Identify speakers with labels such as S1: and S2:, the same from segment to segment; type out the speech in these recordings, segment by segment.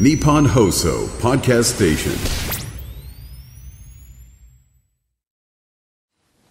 S1: Nippon Hoso Podcast Station.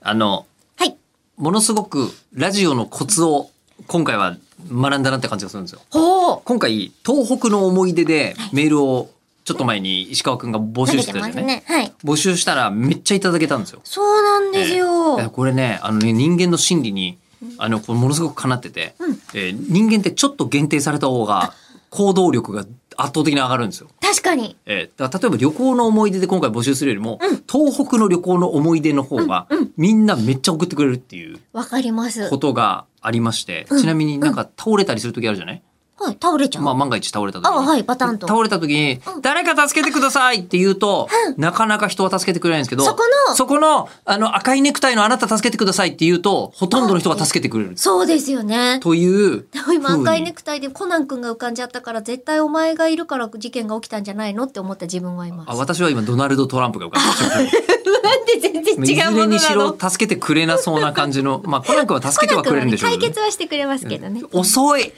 S2: あの、
S3: はい。
S2: ものすごくラジオのコツを今回は学んだなって感じがするんですよ。
S3: ほう。
S2: 今回、東北の思い出でメールをちょっと前に石川くんが募
S3: 投
S2: 集
S3: げ
S2: して
S3: て
S2: たじゃ
S3: ます
S2: ない、
S3: ね。はい。
S2: 募集したらめっちゃいただけたんですよ。
S3: そうなんですよ。
S2: えーこれね、あのね、人間の心理に、あの、これものすごくかなってて、えー人間ってちょっと限定された方が行動力が圧倒的に上がるんですよ。
S3: 確かに。
S2: えーだから例えば旅行の思い出で今回募集するよりも、東北の旅行の思い出の方が、みんなめっちゃ送ってくれるっていう
S3: わかります。は
S2: ことがありまして、ちなみになんか倒れたりする時あるじゃない、
S3: い。倒れちゃう。
S2: まあ万が一倒れた時に。
S3: あはいバタンと
S2: 倒れた時に、誰か助けてくださいって言うと、なかなか人は助けてくれないんですけど、
S3: そこの
S2: そこの、あの赤いネクタイのあなた助けてくださいって言うと、ほとんどの人が助けてくれる。
S3: そうですよね。
S2: という。
S3: でも今赤いネ
S2: タイ。
S3: クタイでコナン君が浮かんじゃったから絶対お前がいるから事件が起きたんじゃないのって思った自分はいます。
S2: あ私は今ドナルド・トランプが浮かんでました
S3: なんで全然
S2: いず
S3: 違う
S2: れ
S3: もの
S2: に
S3: な
S2: し
S3: の
S2: ろ助けてくれなそうな感じの、 まあ、コナン君は助けてはくれるんでしょうけ
S3: 解
S2: ど、ね
S3: 決。はしてくれますけどね。
S2: 遅 い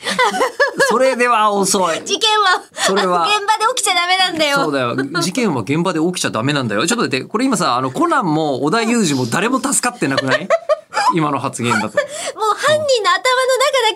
S2: それでは遅い
S3: 事件は、
S2: それは
S3: あの現場で起きちゃダメなんだよ。
S2: そうだよ。事件は現場で起きちゃダメなんだよ。ちょっと待って、これ今さ、あの、コナンも織田裕二も誰も助かってなくない 今の発言だと。
S3: もう犯人の頭の中だ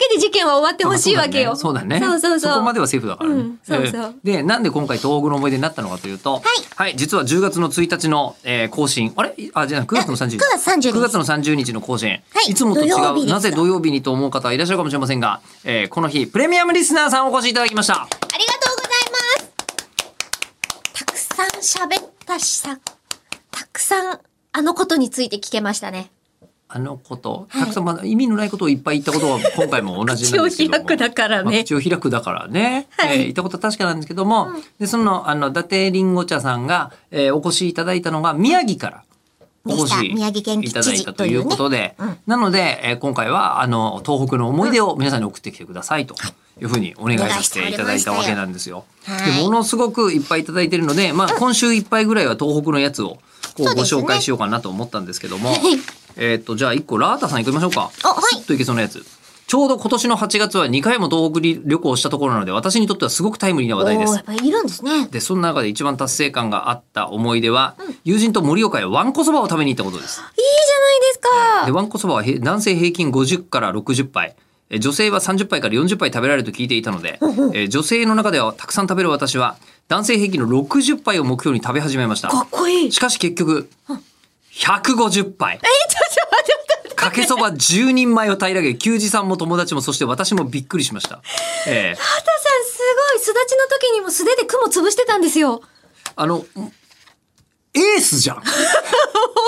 S3: けで事件は終わってほしいわけよ。
S2: そうだね。
S3: そうそうそう。
S2: こまではセーフだからね。
S3: うんそ
S2: え
S3: うそう
S2: ーで、なんで今回東北の思い出になったのかというと、はい。実は10月の1日の、えー更新。あれあ、じゃあ9月の30日。
S3: 9月30日
S2: 9月の30日の更新。はいつもと違
S3: 土曜
S2: う、
S3: 日でした
S2: なぜ土曜日にと思う方はいらっしゃるかもしれませんが、えーこの日、プレミアムリスナーさんをお越しいただきました。
S3: ありがとうございます。たくさん喋ったしさ、たくさんあのことについて聞けましたね。
S2: あのこと、たくさん、まあ、意味のないことをいっぱい言ったことは今回も同じなんですけども
S3: 口を開くだからね
S2: まあ口を開くだからね。えー言ったことは確かなんですけども、で、その、あの、伊達りんご茶さんが、えーお越しいただいたのが宮城から。お
S3: でした
S2: 越し
S3: 宮城県
S2: い
S3: 知事
S2: ただいたということで、なので、えー今回は、あの、東北の思い出を皆さんに送ってきてくださいというふうにお願いさせていただいたわけなんですよ。
S3: はい
S2: でものすごくいっぱいいただいてるので、まあ、今週いっぱいぐらいは東北のやつを、こう
S3: そう
S2: ご
S3: ですね
S2: 紹介しようかなと思ったんですけども、
S3: はい
S2: えーっと、じゃあ一個、ラータさん行きましょうか。
S3: あはい
S2: スッといけそうなやつ。ちょうど今年の8月は2回も東北に旅行したところなので、私にとってはすごくタイムリーな話題で
S3: おーや
S2: す
S3: っ。ぱりいるんですね。
S2: で、その中で一番達成感があった思い出は、友人と盛岡へわんこそばを食べに行ったことです。
S3: いいじゃない
S2: で、
S3: ですか。
S2: わんこそばはへ男性平均50から60杯。え女性は30杯から40杯食べられると聞いていたので、え女性の中ではたくさん食べる私は、男性平均の60杯を目標に食べ始めました。
S3: かっこいい。え、ち
S2: しかし結局、150杯。
S3: ょちょ待って待って。
S2: かけそば10人前を平らげ、球児さんも友達も、そして私もびっくりしました。ええ
S3: 畑さんすごい。巣立ちの時にも素手で雲潰してたんですよ。
S2: あの、エース じゃん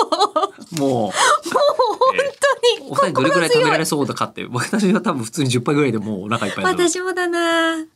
S2: もう、
S3: 本当に。
S2: お二人どれくらい食べられ
S3: 心強い
S2: そうだかって、私は多分普通に10杯ぐらいでもうお腹いっぱいだと思う
S3: 私もだな。